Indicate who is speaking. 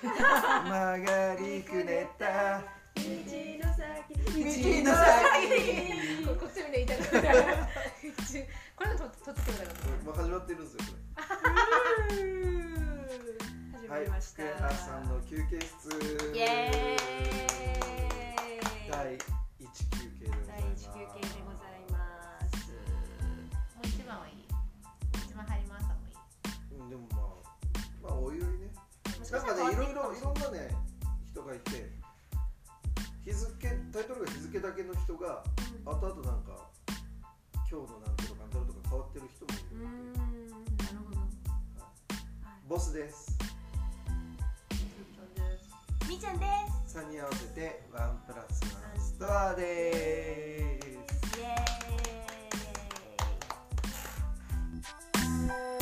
Speaker 1: 曲がりくねった
Speaker 2: 道の先道
Speaker 1: 道の先
Speaker 3: こっち見ていただくからこれもとってくれたかった
Speaker 1: もう始まってるんですよこ
Speaker 3: 始
Speaker 1: れ
Speaker 3: まりました、
Speaker 1: はい、福原さんの休憩室
Speaker 3: イエーイ
Speaker 1: 第一休憩でござい
Speaker 3: 第
Speaker 1: ます
Speaker 3: 一休憩でございますもう一番はいい一番入りますもいい
Speaker 1: うんでもまあまあおいおいね
Speaker 3: もし
Speaker 1: な
Speaker 3: か
Speaker 1: ん
Speaker 3: した
Speaker 1: からねい
Speaker 3: 変わ
Speaker 1: ろ
Speaker 3: っ
Speaker 1: いろい
Speaker 3: てくかもしれ
Speaker 1: ろんなね人がいて日付タイトルが日付だけの人が
Speaker 3: ない
Speaker 1: 後々なんか今日のなんとかなんとか変わってる人も
Speaker 3: う
Speaker 1: い
Speaker 3: んう
Speaker 1: るので
Speaker 3: ーんなるほど
Speaker 1: ボスです
Speaker 3: みーちゃんで
Speaker 1: 3人合わせてワンプラスワンストアです
Speaker 3: イエーイ